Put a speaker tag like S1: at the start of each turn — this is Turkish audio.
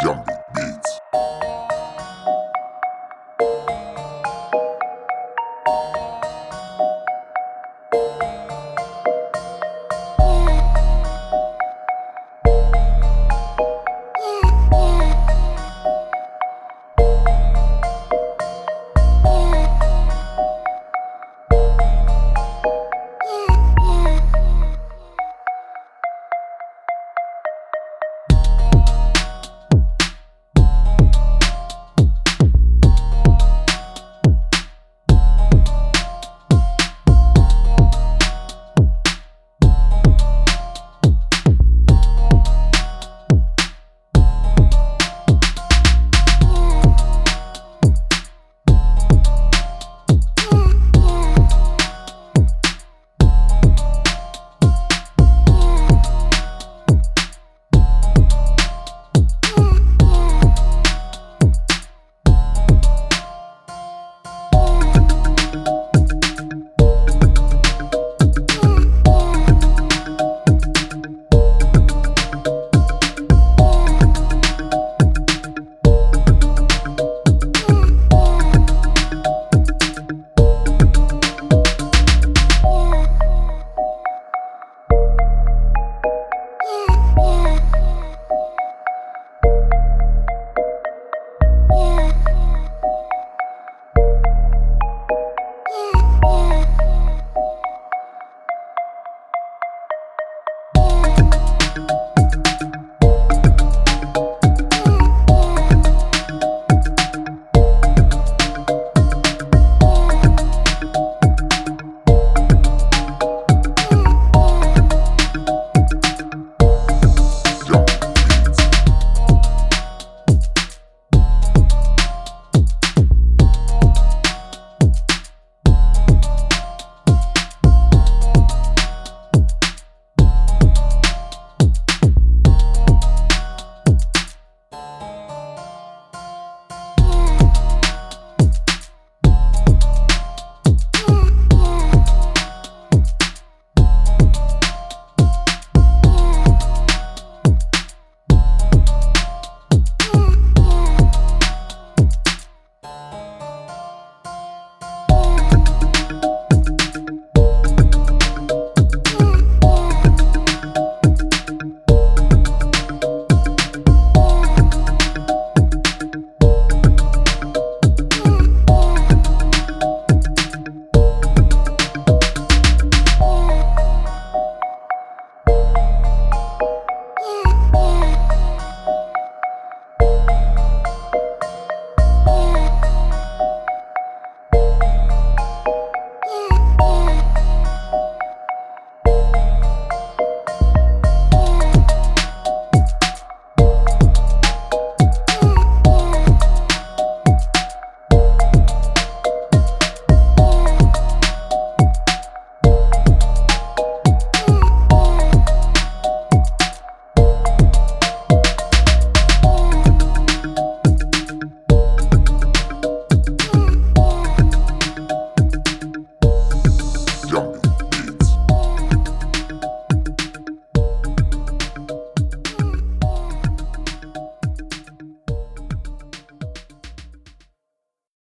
S1: Can Bey.